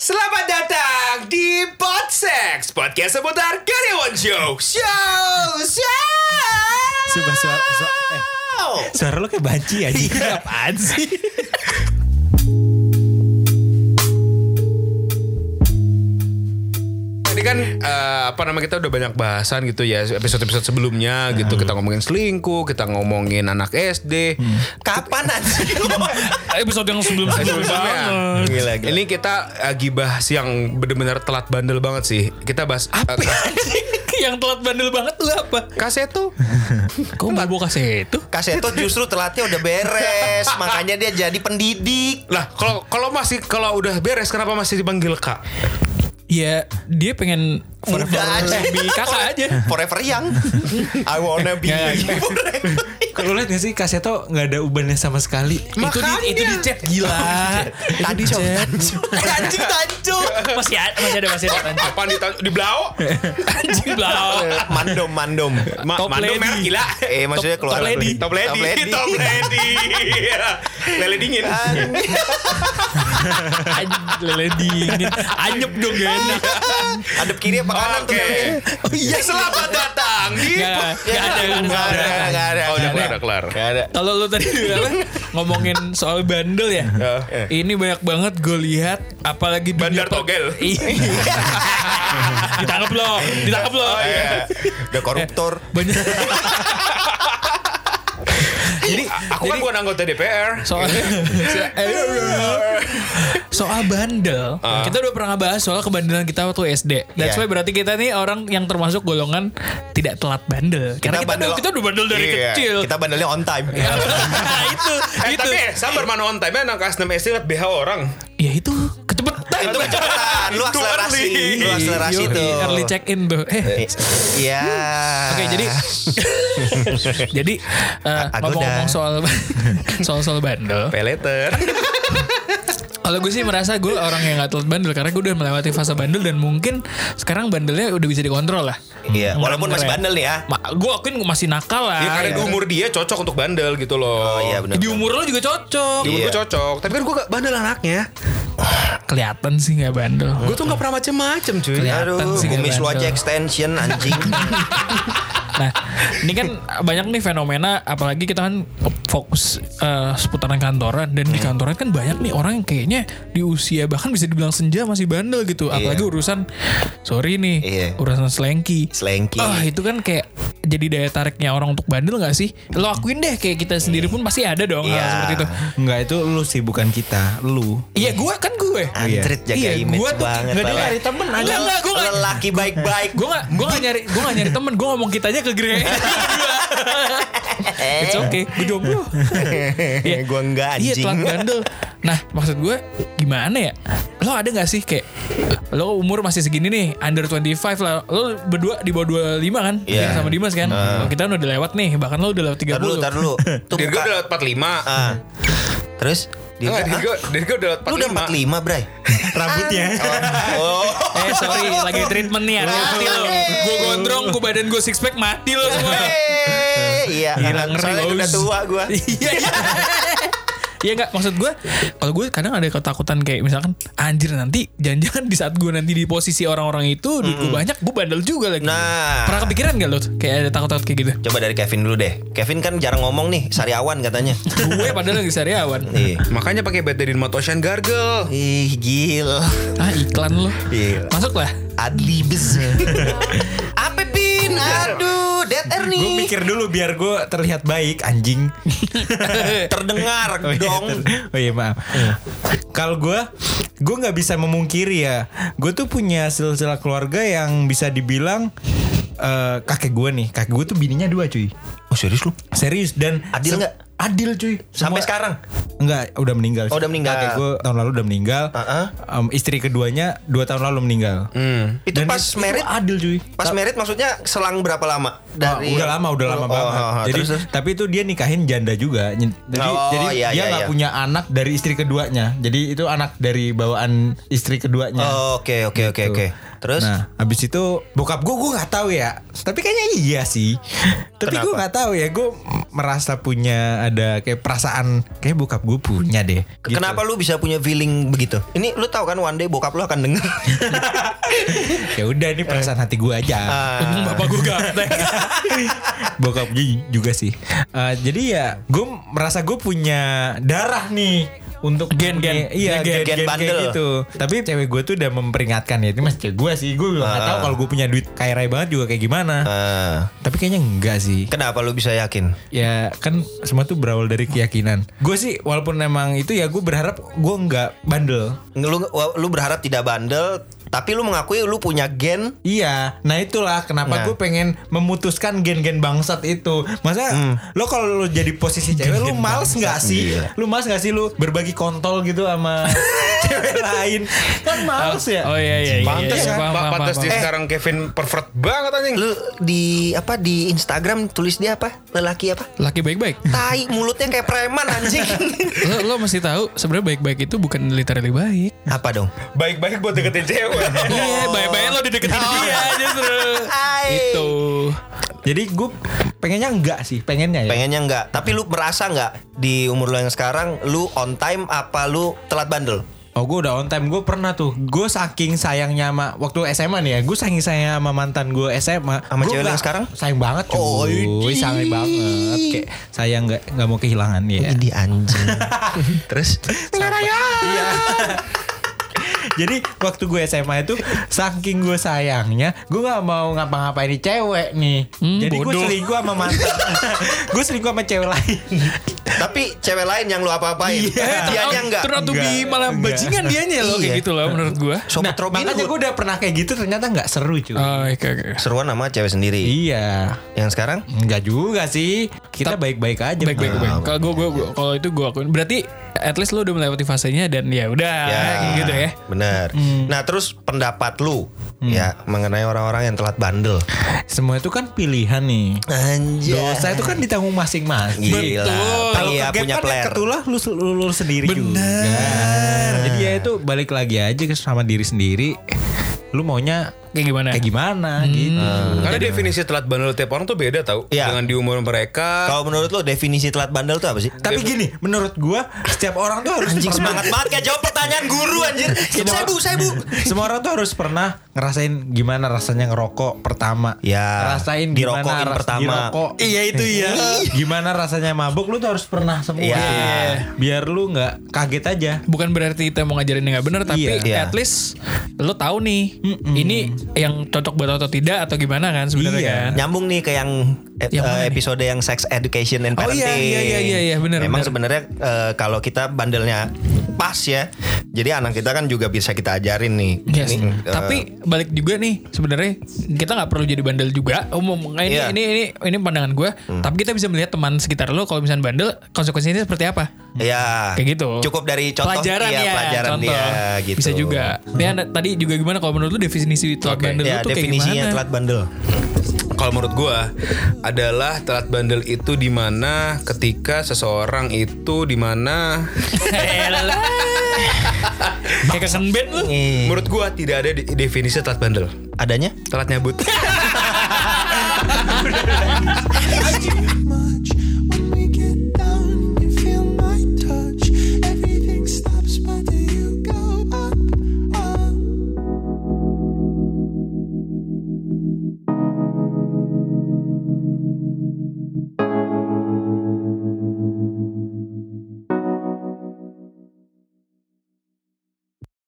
Selamat datang di Podsex Podcast seputar karyawan show Show Show Sumpah, suara- suara- eh. Suara lo kayak banci aja. Apaan sih? Tadi kan eh, apa nama kita udah banyak bahasan gitu ya Episode-episode sebelumnya gitu Kita ngomongin selingkuh Kita ngomongin anak SD Hmm. Kapan anjing episode yang sebelum sebelum Sebelumnya. banget. Gila, gila. Ini kita eh, gibah yang bener-bener telat bandel banget sih Kita bahas Apa? yang telat bandel banget tuh apa? kaseto Kok nggak bawa kaset itu? Kaseto justru telatnya udah beres, makanya dia jadi pendidik. Lah kalau kalau masih kalau udah beres kenapa masih dipanggil kak? Ya dia pengen forever Muda aja. lebih kakak aja. Forever young. I wanna be. Nggak, forever. Kalau lihat gak sih Kaseto nggak ada ubannya sama sekali. Itu di, itu di chat gila. itu di Tanco, chat. tanco. Anjing tanco. Masih ada, masih ada, masih ada. Apa di di blau? Anjing blau. Mandom, mandom. Ma, Top Mando lady. merek gila. Eh maksudnya Top- keluar. top lady. Top lady. Top lady. Top lady. Lele dingin. Ah, Anjing. Anjing, Lele dingin. Anyep dong gak enak. Adep kiri apa kanan tuh? Oke. Oh iya Selamat datang di Gak, gak ada, gak ada. Nggak ada, salah. nggak ada. Oh, udah nggak kelar, udah kelar. Nggak ada. Kalau lu tadi apa, ngomongin soal bandel ya, ini banyak banget gue lihat, apalagi dunia Bandar per- togel. Iya. ditangkap lo, ditangkap lo. Oh, iya. Udah koruptor. Banyak Jadi aku kan bukan anggota DPR. soal soal bandel. Kita udah pernah bahas soal kebandelan kita waktu SD. That's Iya. why berarti kita nih orang yang termasuk golongan tidak telat bandel. Karena kita, bandel- udah, kita udah bandel dari Iya, kecil. Iya. Nah, Kita bandelnya on time. itu, gitu. Eh, itu. tapi eh, sabar mana on time anak kelas 6 SD liat BH orang. Ya itu kecepetan. Itu kecepatan. Lu Itu akselerasi. early. Lu akselerasi Yoi, tuh. Iya, Early check in tuh. Eh, Iya. Oke jadi jadi eh, Agoda. ngomong-ngomong soal soal soal bandel. Peleter. Kalau gue sih merasa gue orang yang gak telat bandel karena gue udah melewati fase bandel dan mungkin sekarang bandelnya udah bisa dikontrol lah. Iya, walaupun masih bandel nih ya. Ma- gue akuin gue masih nakal lah. Ya karena Ah, iya. di umur dia cocok untuk bandel gitu loh. Oh iya benar. Di umur lo juga cocok. Di umur gue Iya. cocok. Tapi kan gue gak bandel anaknya. Ya? Kelihatan sih nggak bandel. Gue tuh gak pernah macem-macem cuy. Kelihatan Aduh, sih kumis lu nggak aja bandel. extension anjing. Nah, ini kan banyak nih fenomena, apalagi kita kan fokus eh, seputaran kantoran dan di Hmm. kantoran kan banyak nih orang yang kayaknya di usia bahkan bisa dibilang senja masih bandel gitu, apalagi urusan sorry nih, Iya. urusan selengki. Selengki. Ah, itu kan kayak jadi daya tariknya orang untuk bandel gak sih? Lo akuin deh kayak kita sendiri pun pasti ada dong hal Iya. seperti itu. Enggak itu lu sih bukan kita, lu. Iya gue kan gue. Antrit jaga Iya, image gua tuh banget. nggak ada Bapak. nyari temen, anjing. Lu Enggak, gua nggak- Lelaki baik-baik. Gue gak, gue gak nyari, gue gak nyari temen, gue ngomong kita aja ke Gre. It's okay, gue jomblo. Iya. Gua enggak Iya anjing. telat bandel. Nah maksud gue gimana ya? Lo ada gak sih kayak lo umur masih segini nih under 25 lah. Lo berdua di bawah 25 kan? Iya. Sama Dimas kan? Kita udah lewat nih bahkan lo udah lewat 30. Tar dulu, tar dulu. Tuh Dirgo buka. udah lewat 45. Ah. Terus dia Enggak, bilang, Dirgo, Dirgo udah lewat "Ah, Lu udah 45. 45, Bray. Rambutnya. Oh. Eh sorry lagi treatment nih hati-hati lo. Gue gondrong, gue badan gue six pack mati lo semua. Hey, Iya, Gila, ngeri, soalnya Baus. udah tua gua. Iya. iya. Iya nggak maksud gue kalau gue kadang ada ketakutan kayak misalkan anjir nanti jangan-jangan di saat gue nanti di posisi orang-orang itu duit gue banyak gue bandel juga lagi Nah. pernah kepikiran gak lo tuh? kayak ada takut-takut kayak gitu Coba dari Kevin dulu deh. Kevin kan jarang ngomong nih, sariawan katanya. gue padahal lagi sariawan Ih, Makanya pakai Betadine Matocean Gargle. ih gila. ah iklan lo Iya. masuklah Adlibes. Apa pin? Aduh, dead air nih. Gue mikir dulu biar gue terlihat baik, anjing. terdengar Oh iya, dong. ter- oh iya maaf. Kalau gue, gue nggak bisa memungkiri ya. Gue tuh punya silsilah keluarga yang bisa dibilang eh, kakek gue nih. Kakek gue tuh bininya dua cuy. Oh serius lu? Serius dan Adil se- nggak? Adil cuy. Sampai Semua- sekarang? Enggak, udah meninggal. Oh, udah meninggal. Kakek gue tahun lalu udah meninggal. Heeh. Hmm. Em, istri keduanya dua tahun lalu meninggal. Itu Hmm. Dan pas itu merit adil cuy. Pas merit maksudnya selang berapa lama? Oh, udah lama, udah lama Oh, banget. oh, oh, jadi, terus, terus. tapi itu dia nikahin janda juga. Ny- Jadi, Oh, jadi iya, dia iya, nggak iya. punya anak dari istri keduanya. Jadi itu anak dari bawaan istri keduanya. Oh, Oke oke oke Ya. Gitu. oke. Terus Nah, habis itu bokap gue gue nggak tahu ya. Tapi kayaknya iya sih. tapi gue nggak tahu ya. Gue merasa punya ada kayak perasaan kayak bokap gue punya deh. Gitu. Kenapa lu bisa punya feeling begitu? Ini lu tahu kan one day bokap lu akan denger. Ya udah ini perasaan hati gue Ah. aja. Untung bapak gue gaptek. bokap gue juga sih. Eh, jadi ya gue merasa gue punya darah nih untuk Gen, punya- gen. iya Gen, gen, gen gen, kayak bandel. gitu tapi cewek gue tuh udah memperingatkan ya ini mas cewek gue sih gue bilang nggak tahu kalau gue punya duit kaya raya banget juga kayak gimana Ah, tapi kayaknya enggak sih kenapa lu bisa yakin? ya kan semua tuh berawal dari keyakinan gue sih walaupun emang itu ya gue berharap gue nggak bandel Lu lu berharap tidak bandel, tapi lu mengakui lu punya gen Iya, nah itulah kenapa Nah. gue pengen memutuskan gen-gen bangsat itu. Masa Hmm. lo kalau lo jadi posisi cewek lo males nggak sih? Gila. Lo males nggak sih lo berbagi kontol gitu sama cewek lain? Kan males ya. Oh iya iya. iya, Pantes ya, iya, paham, paham, pantes paham, dia paham. Eh. sekarang Kevin pervert banget anjing. lu di apa di Instagram tulis dia apa? Lelaki apa? Laki baik-baik. Tai mulutnya kayak preman anjing. Lo, lo mesti tahu sebenarnya baik-baik itu bukan literally baik. apa dong? Baik-baik buat deketin cewek. Oh. Iya, baik-baik lo dideketin dia justru. Gitu. Hai. Itu. Jadi gue pengennya enggak sih, pengennya ya. Pengennya enggak, tapi lu merasa enggak di umur lu yang sekarang lu on time apa lu telat bandel? Oh gue udah on time Gue pernah tuh Gue saking sayangnya sama Waktu SMA nih ya Gue saking sayang sama mantan gue SMA Gua Sama cewek lu yang nggak- sekarang? Sayang banget cuy Oh, idi. Sayang banget Kayak sayang gak, nggak mau kehilangan ya Ini anjing. Terus Iya. Jadi waktu gue SMA itu saking gue sayangnya, gue gak mau ngapa-ngapain di cewek nih. Hmm, Jadi gue bodoh. selingkuh sama mantan. gue selingkuh sama cewek lain. tapi cewek lain yang lu apa-apain. Iya. Dianya enggak. Turn out to be Enggak, malah enggak. bajingan dianya lo kayak Iya. gitu loh menurut gua. Sobat Robin Makanya gue Hood. udah pernah kayak gitu ternyata nggak seru cuy. Oh, oke oke. seruan sama cewek sendiri. Iya. Yang sekarang Enggak juga sih. Kita baik-baik aja. baik baik Bang. baik kalau gue kalau itu gue akuin berarti at least lo udah melewati fasenya dan ya udah gitu ya Benar. Nah, terus pendapat lu ya mengenai orang-orang yang telat bandel. Semua itu kan pilihan nih. Anjir. Dosa itu kan ditanggung masing-masing. Iya. Gila. Betul. Kalau Iya, kegep punya kan yang player. ketulah lu, lu, lu sendiri juga. Jadi ya itu balik lagi aja ke sama diri sendiri. Lu maunya kayak gimana kayak gimana gitu. Karena definisi telat bandel tiap orang tuh beda tau. Iya. Dengan di umur mereka. Kalau menurut lu definisi telat bandel itu apa sih? Tapi gini, menurut gua setiap orang tuh harus Anjing pernah- semangat banget kayak jawab pertanyaan guru anjir. saya bu, saya bu. Semua orang tuh harus pernah ngerasain gimana rasanya ngerokok pertama. Ya, Ngerasain dirokokin gimana ras- pertama. dirokok. iya itu ya Gimana rasanya mabuk lu tuh harus pernah semua. Iya. Biar lu nggak kaget aja. bukan berarti kita mau ngajarin yang nggak benar tapi Iya. Iya. at least lo tahu nih ini yang cocok buat lo atau tidak atau gimana kan sebenarnya Iya. kan Nyambung nih ke yang, eh, Yang mana eh, episode yang sex education and Oh, parenting. iya, iya, iya, iya, iya, benar, Memang benar. sebenarnya eh, kalau kita bandelnya pas ya. Jadi anak kita kan juga bisa kita ajarin nih. Yes. Nih, eh, Tapi balik juga nih sebenarnya kita nggak perlu jadi bandel juga. Umum Nah, ini Iya. Hmm. ini ini ini pandangan gue. Tapi kita bisa melihat teman sekitar lo kalau misalnya bandel konsekuensinya seperti apa. Ya. kayak gitu. Cukup dari contoh pelajaran dia, ya, pelajaran contoh. dia gitu. Bisa juga. Dia ada- tadi juga gimana kalau menurut lu definisi telat Oke. bandel Ya, lu tuh kayak definisinya gimana? telat bandel. Kalau menurut gua adalah telat bandel itu dimana ketika seseorang itu dimana Hmm. Elah. kayak kangen band lu. menurut gua tidak ada di- definisi telat bandel. Adanya? Telat nyabut.